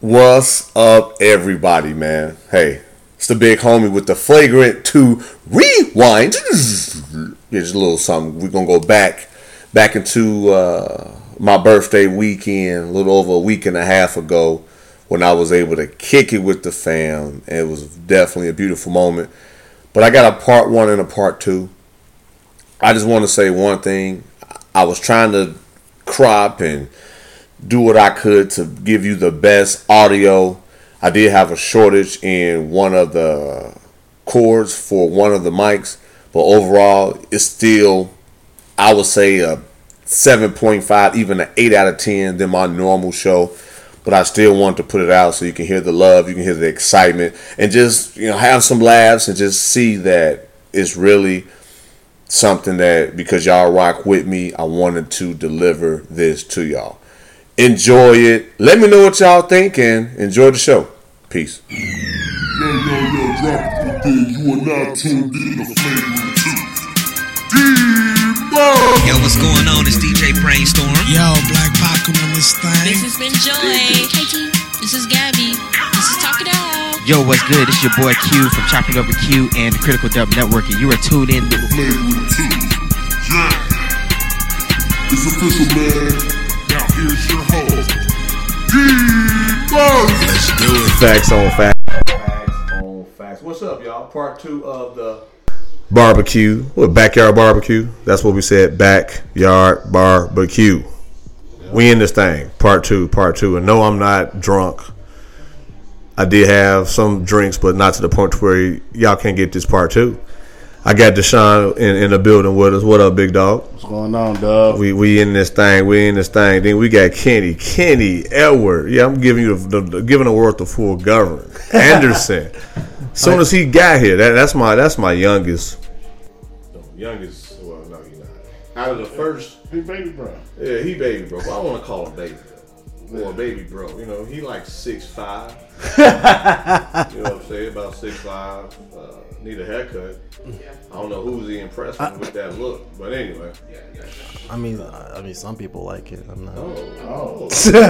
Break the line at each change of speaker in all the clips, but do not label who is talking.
What's up, everybody, man? Hey, it's the big homie with the flagrant two rewind. Here's a little something. We're gonna go back, back into uh, my birthday weekend, a little over a week and a half ago, when I was able to kick it with the fam. It was definitely a beautiful moment. But I got a part one and a part two. I just want to say one thing. I was trying to crop and do what I could to give you the best audio. I did have a shortage in one of the cords for one of the mics, but overall, it's still, I would say, a 7.5, even an 8 out of 10 than my normal show. But I still want to put it out so you can hear the love, you can hear the excitement, and just you know have some laughs and just see that it's really something that because y'all rock with me, I wanted to deliver this to y'all enjoy it. Let me know what y'all think and enjoy the show. Peace.
Yo, yo, yo, drop it for dead. You are now tuned in to Flavor 2. D-Mo!
Yo, what's going on? It's DJ Brainstorm.
Yo, Black Pop, come on this
This
thing.
has been Joy. This is Gabby. This is Talk It All.
Yo, what's good? It's your boy Q from Chopping Up with Q and the Critical Dub Network, and you are tuned in. to-
Flavor 2. Yeah. It's official, man. Now here's your host. D-Mo!
Facts on facts. Facts on facts. What's up, y'all? Part two of the barbecue. What backyard barbecue? That's what we said. Backyard barbecue. We in this thing. Part two. Part two. And no, I'm not drunk. I did have some drinks, but not to the point where y'all can't get this part two. I got Deshaun in, in the building with us. What up, big dog?
What's going on, dog?
We we in this thing. We in this thing. Then we got Kenny, Kenny Edward. Yeah, I'm giving you the, the, giving the world the full government. Anderson. soon as he got here, that, that's my that's my youngest. youngest. Well, no, you're not. Out of the first,
Hey, baby, bro.
yeah, he baby bro. But I want to call him baby bro. or baby bro. You know, he like six five. you know what I'm saying? About six five. Uh, need a haircut. I don't know who's he impressed with, with that look, but anyway.
I mean, I I mean, some people like it. I'm not.
Oh. say,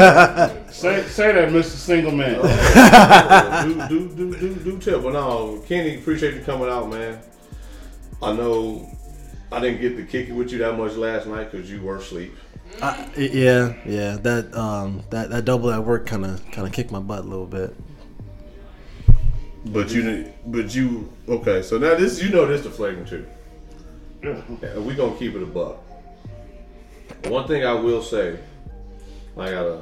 say that, Mr. Single Man.
do, do, do, do, do tell. But no, Kenny, appreciate you coming out, man. I know I didn't get to kick it with you that much last night because you were asleep.
I, yeah, yeah. That um, that that double at work kind of kind of kicked my butt a little bit.
But you, didn't- but you, okay. So now this, you know, this the flagrant too. Yeah, we gonna keep it a buck. One thing I will say, I gotta,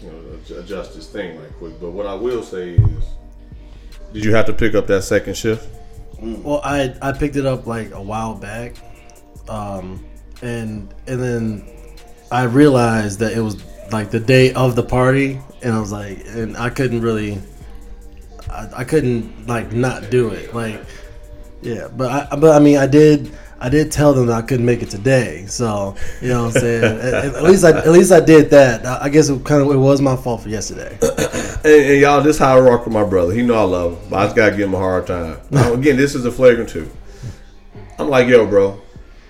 you know, adj- adjust this thing right quick. But what I will say is, did you have to pick up that second shift?
Well, I I picked it up like a while back, um, and and then I realized that it was like the day of the party, and I was like, and I couldn't really, I, I couldn't like not do it, like, yeah. But I but I mean, I did. I did tell them that I couldn't make it today, so you know what I'm saying. at, at- at least I at least I did that. I, I guess it kind of it was my fault for yesterday.
And, and y'all, this how I rock with my brother. He know I love him, but I just gotta give him a hard time. Now, again, this is a flagrant too. I'm like, yo, bro,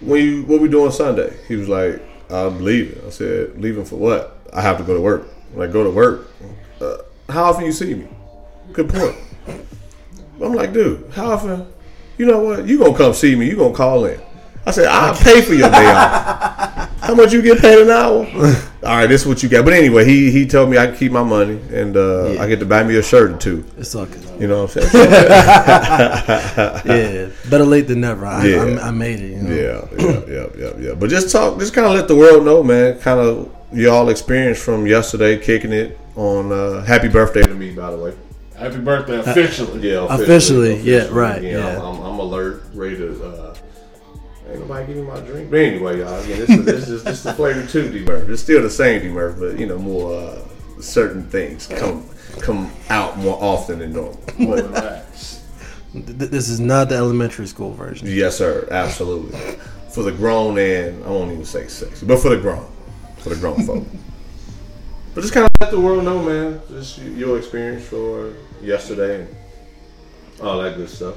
when you what we doing Sunday? He was like, I'm leaving. I said, leaving for what? I have to go to work. I'm like, go to work. Uh, how often you see me? Good point. I'm like, dude, how often? You know what? You gonna come see me? You gonna call in? I said, I'll pay for your day off. How much you get paid an hour? All right, this is what you got. But anyway, he he told me I can keep my money and uh, I get to buy me a shirt or two.
It's all good.
You know what I'm saying?
Yeah, better late than never. I,
Yeah.
I, I made it. You know?
yeah, yeah, yeah, yeah, yeah. But just talk, just kind of let the world know, man. Kind of y'all experience from yesterday, kicking it on. Uh, happy birthday to me, by the way.
Happy birthday, officially.
Yeah,
Officially, yeah, right,
You know,
yeah.
I'm, I'm alert, ready to. Uh, ain't nobody give me my drink. But anyway, y'all, again, this is this is this is the flavor two D Murph. It's still the same D Murph, but you know more uh, certain things come come out more often than normal.
Relax.
Th- this is not the elementary school version.
Yes, sir. Absolutely. For the grown and I won't even say sexy, but for the grown, for the grown folk. But just kind of let the world know, man. Just y- your experience for yesterday and all that good stuff.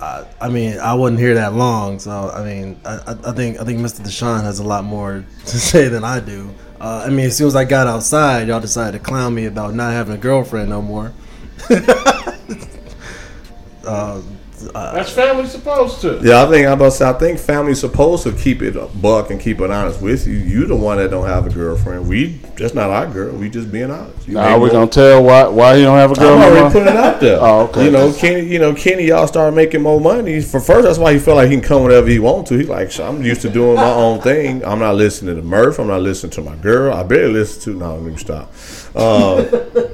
I mean, I wasn't here that long, so I mean, I, I I think I think Mr. Deshaun has a lot more to say than I do. Uh, I mean, as soon as I got outside, y'all decided to clown me about not having a girlfriend no more.
That's family supposed to.
Yeah, I think I'm about to say I think family's supposed to keep it a buck and keep it honest with you. You the one that don't have a girlfriend. We that's not our girl. We just being honest. You
Nah,
ain't
we
no-
gonna tell why why he don't have a girl.
I'm
no
already
more?
putting it out there.
Oh, okay.
You know, Kenny. You know, Kenny. Y'all started making more money. For first, that's why he felt like he can come whenever he want to. He like, "Shit, I'm used to doing my own thing. I'm not listening to Murph. I'm not listening to my girl. I barely listen to. No, let me stop. Uh,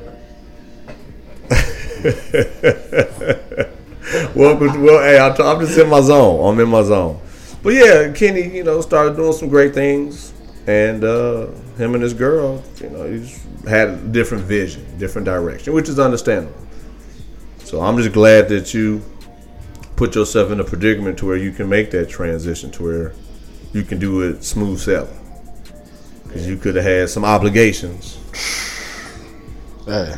welcome. To, well, hey, I, I'm just in my zone. I'm in my zone. But yeah, Kenny. You know, started doing some great things, and uh, him and his girl. You know, he's had a different vision, different direction, which is understandable. So I'm just glad that you put yourself in a predicament to where you can make that transition to where you can do it smooth sailing. Because you could have had some obligations.
Hey,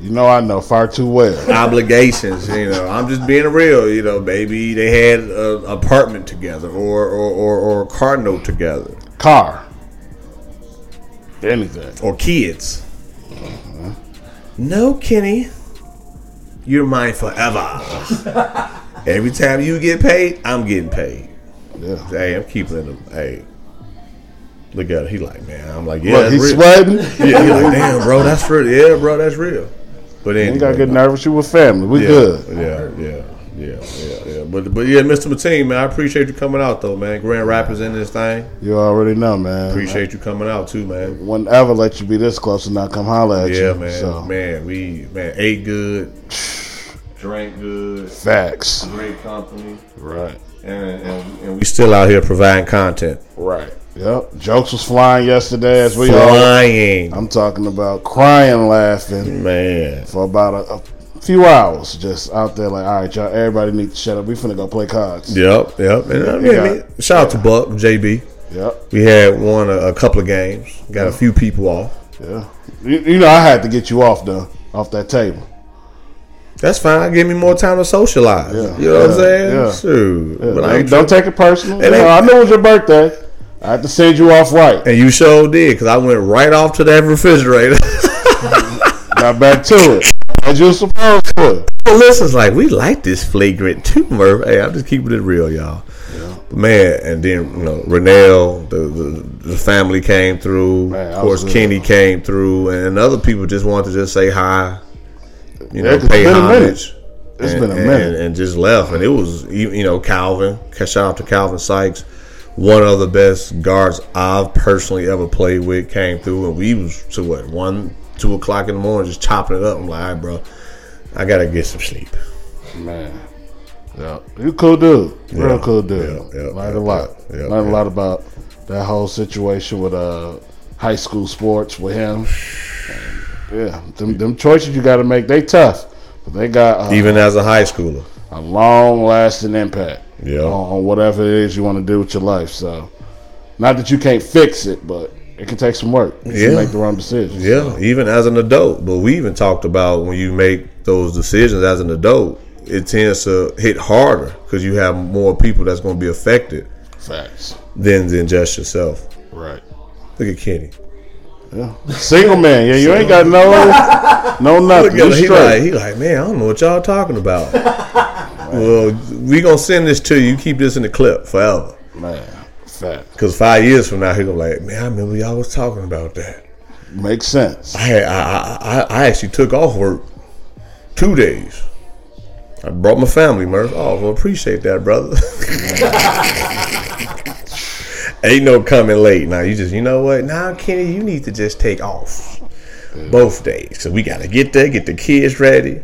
you know I know far too well.
Obligations, you know. I'm just being real, you know. Maybe they had an apartment together or, or, or, or a car note together
Car, anything.
or kids. No, Kenny. You're mine forever. Every time you get paid, I'm getting paid.
Yeah.
Hey, I'm keeping it. a- Hey, look at it. He like, man. I'm like, yeah,
Look,
that's
he's
real.
sweating.
Yeah, he like, damn, bro, that's real. Yeah, bro, that's real. But
You
anyway,
ain't gotta get nervous. You with family. We
yeah,
good.
Yeah, yeah, yeah, yeah, yeah. But but yeah, Mr. Mateen, man, I appreciate you coming out though, man. Grand Rapids in this thing.
You already know, man.
Appreciate you coming out too, man.
Wouldn't ever let you be this close and not come holler at you.
Yeah, man,
So,
man, we man ate good, drank good,
Facts.
great company,
Right.
and and, and we still out here providing content.
Right. Yep. Jokes was flying yesterday as we all.
Flying,
I'm talking about crying, laughing
man.
for about a, a few hours, just out there like, all right, y'all, everybody need to shut up. We finna go play cards.
Yep, yep. And I mean,
Yeah.
I mean, shout out to Buck JB.
Yep.
We had won a, a couple of games, got a few people off.
Yeah. You, you know, I had to get you off the off that table.
That's fine. Give me more time to socialize.
Yeah.
You know what I'm
Yeah.
saying?
Yeah.
Shoot.
Yeah,
But I
don't,
ain't
don't
tri-
take it personal.
It
You
ain't-
know, I knew it was your birthday. I had to send you off right.
and you sure did, because I went right off to that refrigerator.
Got back to it. As you were supposed to.
Melissa's like, we like this flagrant too, Merv. Hey, I'm just keeping it real, y'all. But man, and then you know, Renell, the, the the family came through.
Man, I
of course,
was, uh,
Kenny came through, and other people just wanted to just say hi. You know,
Yeah, 'cause
pay
it's been a minute.
homage.
It's
and,
been a
and-
minute.
and, just left. And it was you you know Calvin. Shout out to Calvin Sykes, one of the best guards I've personally ever played with. Came through, and we was to what one, two o'clock in the morning, just chopping it up. I'm like, all right, bro, I gotta get some sleep.
Man. Yeah. You cool dude. Real
Yeah.
cool dude.
Yeah, yeah,
Learned
yeah,
a lot.
yeah, yeah,
Learned
yeah.
a lot about that whole situation with uh high school sports with him. And, yeah. Them, them choices you gotta make, they tough. But they got uh,
Even as a high schooler,
a long lasting impact.
Yeah.
On, on whatever it is you want to do with your life. So not that you can't fix it, but it can take some work. If You
Yeah.
make the wrong decisions.
yeah, even as an adult. But we even talked about when you make those decisions as an adult, it tends to hit harder because you have more people that's going to be affected
Facts.
than than just yourself.
Right.
Look at Kenny.
Single man, yeah, you ain't got no, no
Look
nothing.
at
You
him. He like,
straight.
he like, man, I don't know what y'all talking about. well, we gonna send this to you. Keep this in the clip forever.
Man, fact
Cause five years from now, he gonna like, man, I remember y'all was talking about that.
makes sense.
I had, I, I, I- I actually took off work two days. I brought my family, Murph. Oh, well, appreciate that, brother. Ain't no coming late. Now you just, you know what? Now, Kenny, you need to just take off both days. So we gotta get there, get the kids ready.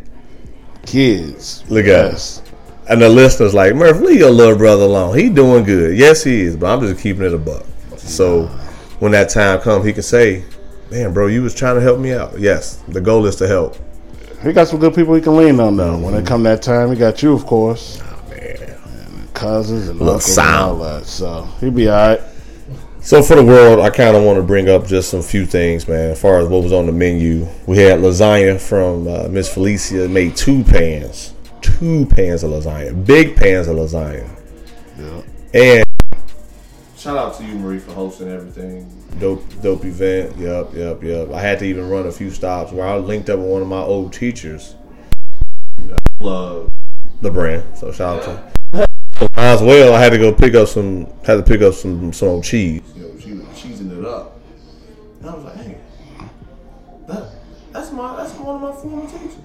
Kids,
Look at us. And the listener's like, Murph, leave your little brother alone. He doing good. Yes, he is, but I'm just keeping it a buck. So when that time comes, he can say, Man, bro, you was trying to help me out. Yes, the goal is to help.
He got some good people he can lean on though. When it come that time, he got you, of course,
Mm-hmm. Oh, Man.
cousins and
Little
uncles and all
Sam.
that. So he be all right.
So for the world, I kind of want to bring up just some few things, man. As far as what was on the menu, we had lasagna from uh, Miss Felicia. Made two pans, two pans of lasagna, big pans of lasagna, and Shout out to you, Marie, for hosting everything. Dope, dope event. Yep, yep, yep. I had to even run a few stops where I linked up with one of my old teachers. Love the brand, so shout out to. Him. As well, I had to go pick up some, had to pick up some, some old cheese. You know, she was cheesing it up, and I was like, hey, that, that's my, that's one of my former teachers.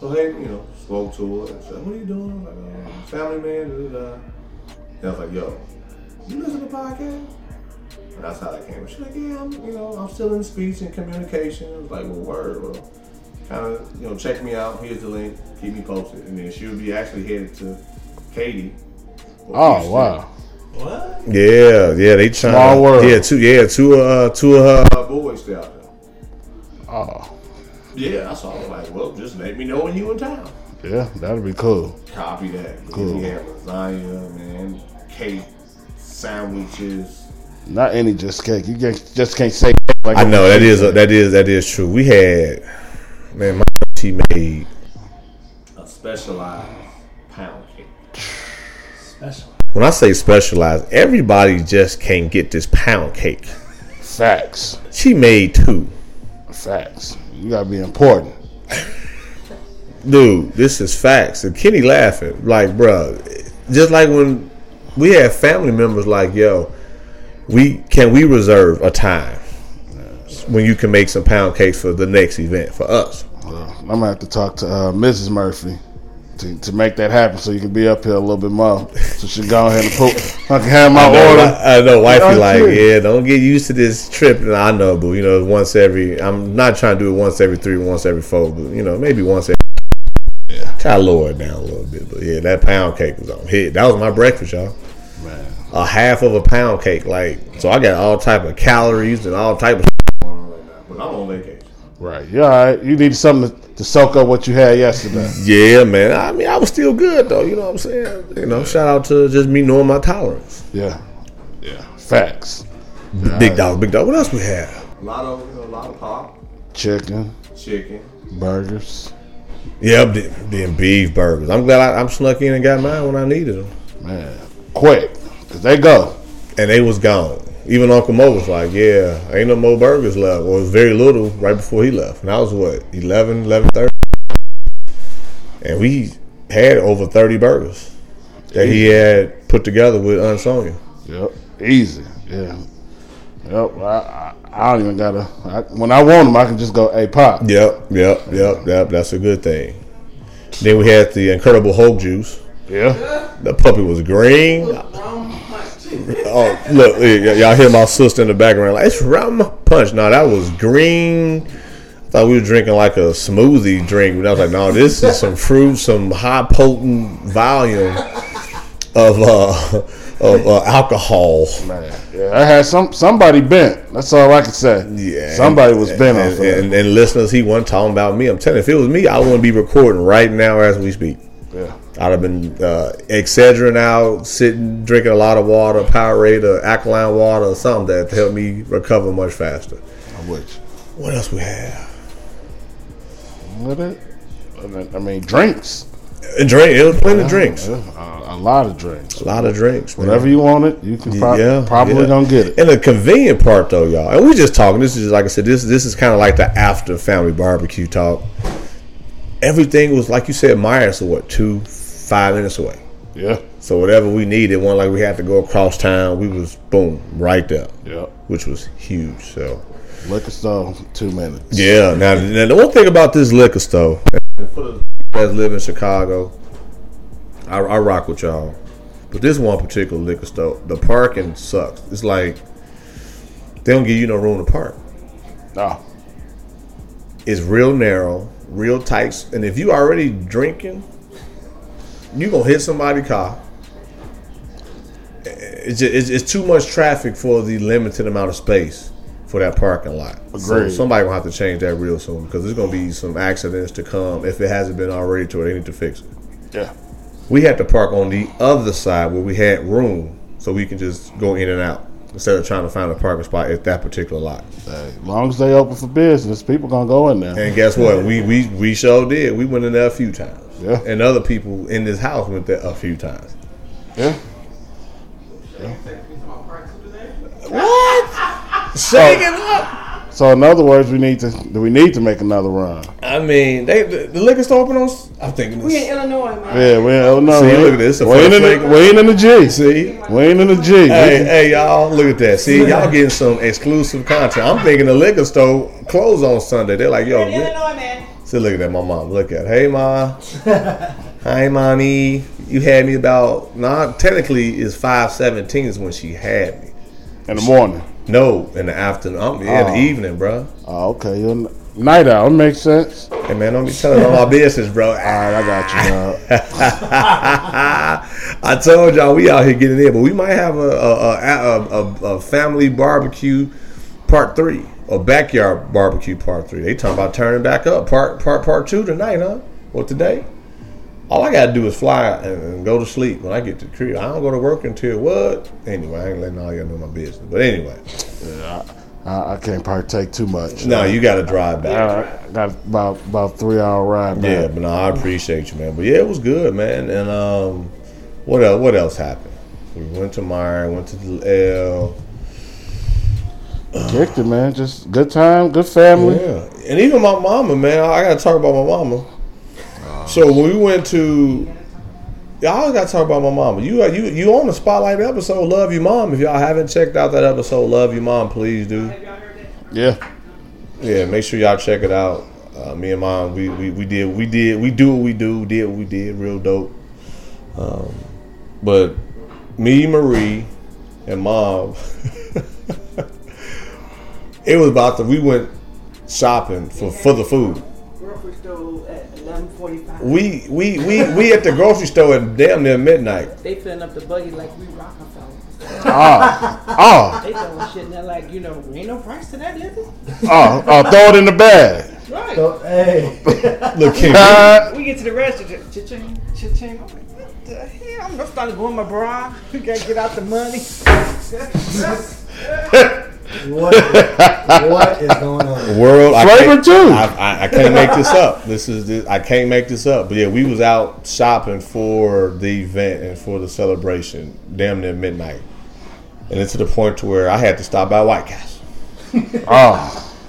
So they, you know, spoke to her and said, "What are you doing?" I'm like, um, "Family man." Da, da, da. And I was like, "Yo, you listen to podcasts?" And that's how that came. She's like, "Yeah, I'm, you know, I'm still in speech and communication." I was like, "Well, word, well, kind of, you know, check me out. Here's the link. Keep me posted." And then she would be actually headed to Katie.
Oh wow.
What? Yeah, yeah, they trying.
Small world.
Yeah, two, yeah, two, uh, two of her uh, boys stay out there.
Oh
Yeah, I saw. I was like, well, just let me know when you in town.
yeah, that'd be cool.
Copy that.
Cool.
We had lasagna, man, cake, sandwiches.
Not any just cake. You just, just can't say like
I know that is that is that is true. We had man, my she made a specialized pound cake. Specialized. When I say specialized, everybody just can't get this pound cake.
facts.
She made two.
Facts. You gotta be important.
dude, this is facts. And Kenny laughing, like, bruh, just like when we had family members, like, yo, we can we reserve a time when you can make some pound cakes for the next event for us.
Well, I'm gonna have to talk to uh, Mrs. Murphy to, to make that happen, so you can be up here a little bit more. So she go ahead and put. I can have my order.
I know, wifey,
I'm
like,
serious.
yeah, don't get used to this trip. And I know, but you know, once every, I'm not trying to do it once every three, once every four, but you know, maybe once every. Yeah. Try to lower it down a little bit, but yeah, that pound cake was on hit. That was my breakfast, y'all.
Man,
a half of a pound cake. Like, so I got all type of calories and all type of. But I'm on vacation.
right? You all right? You need something to, to soak up what you had yesterday.
Yeah, man. I mean, I was still good though. You know what I'm saying? You know, shout out to just me knowing my tolerance.
yeah, yeah. Facts.
Big dog, big dog. What else we have? A lot of, a lot of pop,
Chicken,
chicken.
burgers.
Yep, then- then beef burgers. I'm glad I, I'm snuck in and got mine when I needed them,
Man, quick, cause they go.
and they was gone. Even Uncle Mo was like, "Yeah, ain't no more burgers left," or it was very little right before he left. And I was what 11, 11.30? and we had over thirty burgers that he had put together with Aunt Sonya.
Yep, easy. Yeah. Yep. I, I, I don't even gotta. I, when I want them, I can just go. Hey, pop.
Yep, yep, yep, yep. That's a good thing. Then we had the Incredible Hulk juice.
Yeah.
The puppy was green. Oh, look, y- y- y'all hear my sister in the background like it's rum punch. No, that was green. I thought we were drinking like a smoothie drink, but I was like, no, this is some fruit, some high potent volume of uh of uh, alcohol.
Man, yeah, I had some somebody bent. That's all I can say.
Yeah,
somebody was bent
and,
off of that.
and, and listeners, he wasn't talking about me. I'm telling you, if it was me, I wouldn't be recording right now as we speak.
Yeah,
I'd have been uh, Excedrin out, sitting, drinking a lot of water, Powerade or alkaline water or something that helped me recover much faster.
I'm with you.
What else we have?
With it, I mean- I mean drinks.
And drink. It was plenty of drinks.
Yeah, a, a lot of drinks.
A lot of drinks. man.
Whatever you want it, you can prob-
yeah,
probably
yeah.
gonna get it.
And the convenient part though, y'all. And we just talking. This is just, like I said. This this is kind of like the after family barbecue talk. Everything was like you said. Myers, what two five minutes away.
Yeah,
So whatever we needed, one like we had to go across town. We was boom right there,
yeah.
which was huge. So
Liquor store, two minutes.
yeah. Now, now the one thing about this liquor store, and for the that live in Chicago, I, I rock with y'all. But this one particular liquor store, the parking sucks. It's like they don't give you no room to park.
Oh,
It's real narrow, real tight, and if you already drinking, you gonna hit somebody car. It's, ju- it's, it's too much traffic for the limited amount of space for that parking lot. So
Agreed.
somebody gonna have to change that real soon because there's gonna be some accidents to come if it hasn't been already. To where they need to fix it.
yeah.
We had to park on the other side where we had room, so we can just go in and out instead of trying to find a parking spot at that particular lot.
Hey, as long as they open for business, people gonna go in there.
And guess what? We we we sure did. We went in there a few times.
Yeah.
And other people in this house went there a few times.
Yeah.
Shake it up.
So in other words, we need to we need to make another run.
I mean, they the, the liquor store open on. s- I'm thinking
We in
this.
Illinois, man.
Yeah, we oh no,
See,
we,
look at this, a
We ain't, in
flag.
the, we ain't in the G.
See,
we ain't in the G.
Hey, hey, y'all, look at that. See, y'all getting some exclusive content. I'm thinking the liquor store closed on Sunday. They're like, yo,
In
li-
Illinois, man.
see, look at that. My mom, look at it. Hey, Ma. Hi, Mommy. You had me about, nah, technically, it's 517 is when she had me.
in the morning.
No, in the afternoon. I'm, yeah, in
Oh.
the evening, bro.
Oh, okay, you're n- night out makes sense. All
Hey, man, don't be telling all my business, bro.
right, I got you. Dog.
I told y'all we out here getting in, but we might have a a, a, a, a, a family barbecue part three, a backyard barbecue part three. They talking about turning back up part part part two tonight, huh? Or today? All I gotta do is fly and, and go to sleep when I get to the crib. I don't go to work until what? Anyway, I ain't letting all y'all know my business. But anyway,
I, I can't partake too much.
no, you gotta drive back.
Uh, got about about three hour ride.
Yeah,
Back.
but no, I appreciate you, man. But yeah, it was good, man. And um, what else? What else happened? We went to Meyer, went to the L.
kicked it, man. Just good time, good family.
Yeah, and even my mama, man. I gotta talk about my mama. so when we went to, y'all gotta talk about my mama. You you you on the spotlight episode? Love you, mom. If y'all haven't checked out that episode, love you, mom. Please do.
Yeah,
Yeah, make sure y'all check it out. Uh, me and mom, we, we we did we did we do what we do, did what we did, real dope. Um, but me, Marie, and mom, it was about the we went shopping for for the food.
Grocery store at 11:45.
We we we we at the grocery store at damn near midnight.
They filling up the buggy like we Rockefeller.
Oh,
They throwing shit in there like you know we ain't no price to that, is it?
oh, oh! Throw it in the bag.
Right.
Look, Kenny,
Uh,
We get to the restaurant. Cha-ching, cha-ching. I'm like, what the hell? I'm just starting to go in my bra. We gotta get out the money.
What, what is going on?
world I
Flavor
can't-
too.
I, I, I can't make this up. This is this, I can't make this up. But yeah, we was out shopping for the event and for the celebration, damn near midnight, and it's to the point to where I had to stop by White Castle.
oh,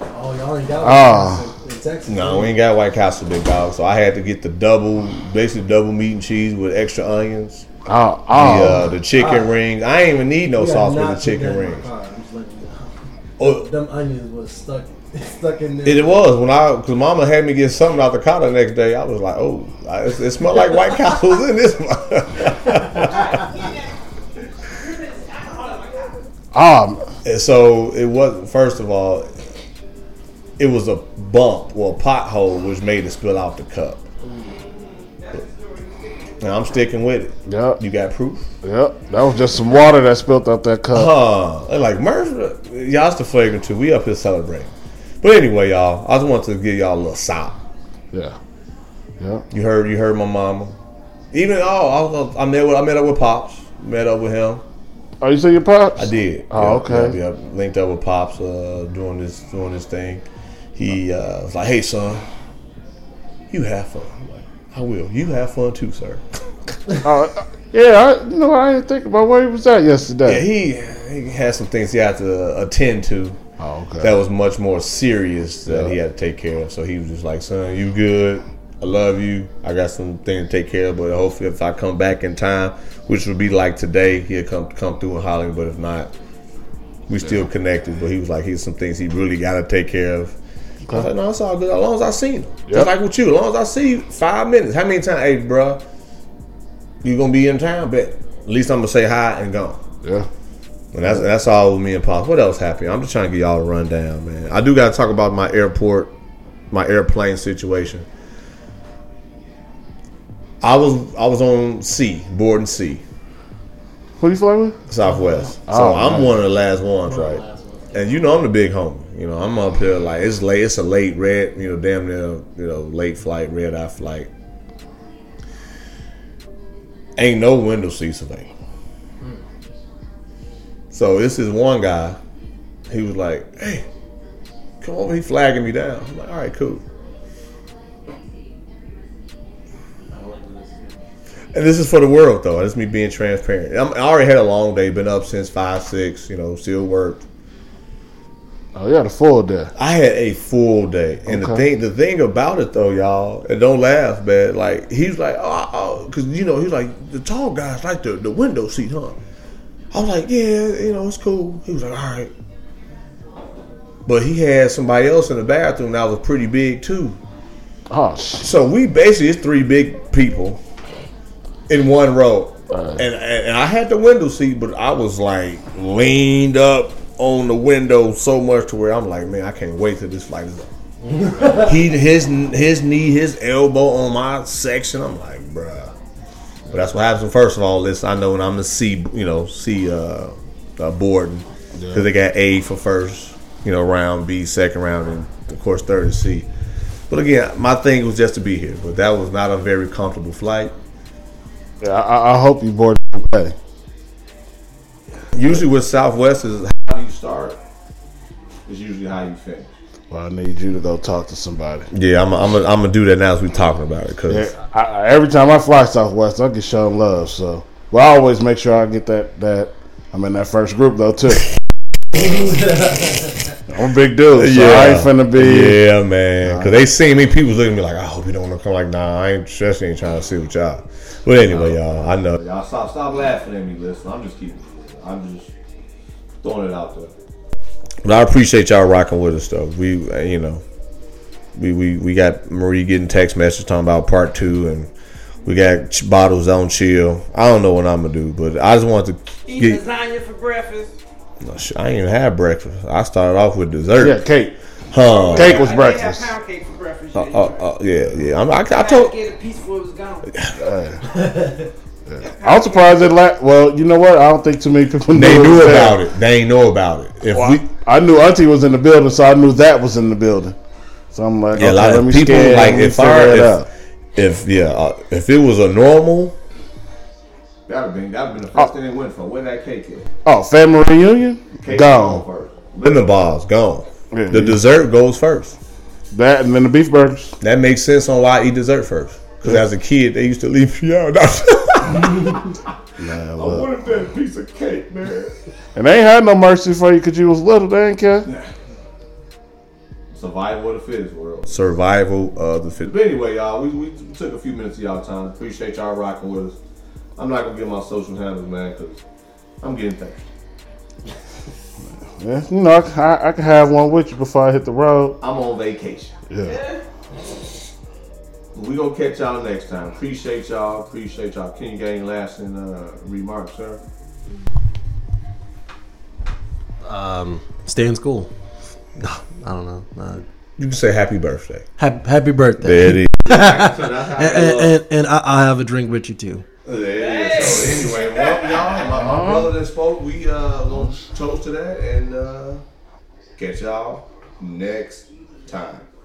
Oh, y'all ain't got
Ah.
one in Texas.
No, we ain't got White Castle, big dog. So I had to get the double, basically double meat and cheese with extra onions,
oh, oh!
the uh, the chicken rings. I ain't even need no
We are
sauce for
not
the chicken
together.
rings.
I'm just letting you know.
Oh,
Them onions was stuck, stuck in there.
It was when I, cause Mama had me get something out the car the next day. I was like, oh, I, it, it smelled like White Castle's in this one.
Oh,
Um, and so it was. First of all, it was a bump or a pothole which made it spill out the cup. Now I'm sticking with it.
Yep.
You got proof?
yep. That was just some water that spilled out that cup.
Huh. They're Uh-huh. like Murph, y'all, it's the flagrant too. We up here celebrating. But anyway, y'all, I just wanted to give y'all a little sop.
Yeah, yeah.
You heard, you heard my mama. Even oh, I, was- I met with, I met up with pops. Met up with him.
Oh, you see your pops?
I did.
Oh,
Yeah,
okay.
Yeah, yeah. linked up with pops uh, doing this doing this thing. He uh, was like, "Hey, son, you have fun." I'm like, "I will. You have fun too, sir."
Uh, yeah, I, you know, I didn't think about where he was at
yeah,
yesterday.
he he had some things he had to attend to.
oh, okay.
That was much more serious that he
Yeah.
had to take care of. So he was just like, "Son, you good? I love you. I got some thing to take care of, but hopefully, if I come back in time, which would be like today, he'll come come through and holler. But if not, we still connected. But he was like, here's some things he really got to take care of. I was like, no, it's all good. As long as I seen him,
Yep.
just like with you. As long as I see you, five minutes. How many times, hey, bruh, you gonna be in town? But at least I'm gonna say hi and gone.
yeah.
And that's that's all with me and Pops. What else happened? I'm just trying to give y'all a rundown, man. I do gotta talk about my airport, my airplane situation. I was I was on C, boarding C,
Who you flying with?
Southwest. So
Oh,
I'm
nice.
one of the last ones, right? And you know I'm the big homie. You know I'm up here like it's late. It's a late red. You know damn near you know late flight, red eye flight. Ain't no window seats available. So this is one guy. He was like, "Hey, come over." He flagging me down. I'm like, "All right, cool." And this is for the world, though. That's me being transparent. I'm, I already had a long day. Been up since five, six. You know, still worked.
Oh, you had a full day.
I had a full day, and the
Okay.
thing, the thing about it though, y'all, and don't laugh, man. Like he's like, oh, because you know he's like the tall guys like the the window seat, huh? I was like, yeah, you know, it's cool. He was like, all right. But he had somebody else in the bathroom that was pretty big too.
Oh,
so we basically it's three big people in one row, and, and and I had the window seat, but I was like leaned up on the window so much to where I'm like, man, I can't wait till this fight is over. he his his knee, his elbow on my section. I'm like, bruh. But that's what happens. First of all, listen, I know when I'm the C, you know, C uh, uh, Borden, because they got A for first, you know, round, B second round, and of course third is C. But again, my thing was just to be here. But that was not a very comfortable flight.
Yeah, I, I hope you bored. Hey,
Usually with Southwest is how you start. Is usually how you finish.
well, I need you to go talk to somebody.
Yeah, I'm I'm I'm gonna do that now as we talking about it. Cause
Yeah, Eh, I, I- every time I fly Southwest, I get shown love. So, well, I always make sure I get that that I'm in that first group though too. I'm a big dude, so I ain't finna be.
Yeah, man. Cause they see me, people looking at me like, I hope you don't wanna come. Like, nah, I ain't stressing, ain't trying to see with y'all. But anyway, y'all, I know.
Y'all stop, stop laughing at me. Listen, I'm just keeping. it real. I'm just throwing it out there.
But I appreciate y'all rocking with us though. We uh, you know we, we, we got Marie getting text messages talking about part two and we got ch- bottles on chill. I don't know what I'm gonna do, but I just wanted to
Eat
get.
lasagna for breakfast.
No, shit, I ain't even have breakfast. I started off with dessert.
Yeah, cake.
Huh?
Cake was
They
breakfast.
have pound cake for breakfast.
Uh,
yeah.
uh, uh, yeah, yeah. I'm, I, I
had to
told.
get a piece before it was gone.
I'm surprised that. La- well, you know what? I don't think too many people
They knew
was there.
about it. They ain't know about it. If
Well,
we,
I knew Auntie was in the building, so I knew that was in the building. So I'm like,
yeah, a
okay,
lot
let
of
me
people
scan,
like
let me
if
figure
I
it out.
if, if yeah uh, if it was a normal
That'd have been that'd been the first thing they went for. Where that cake at?
Oh, family reunion
Cake
gone.
first.
then the balls gone.
Yeah.
The dessert goes first.
That and then the beef burgers.
That makes sense on why I eat dessert first. Because as a kid, they used to leave me out.
Nah,
I
look.
wanted that piece of cake, man.
And they ain't had no mercy for you because you was little. They ain't care.
Survival of the fittest world.
Survival of the fit.
But anyway, y'all, we, we took a few minutes of y'all time. Appreciate y'all rocking with us. I'm not gonna get my social handles, man, because I'm getting thirsty.
Yeah, you know, I, c- I- I can have one with you before I hit the road.
I'm on vacation.
Yeah.
We gonna catch y'all next time. Appreciate y'all. Appreciate y'all. Kenny Gang lasting uh, remarks, sir.
Um, stay in school. I don't know. Uh,
You can say happy birthday.
happy, happy birthday.
There it is.
and, and,
uh,
and, and I, I'll have a drink with you too.
There it is. So anyway, well, y'all, my, my brother that spoke, we uh gonna toast to that and uh catch y'all next time.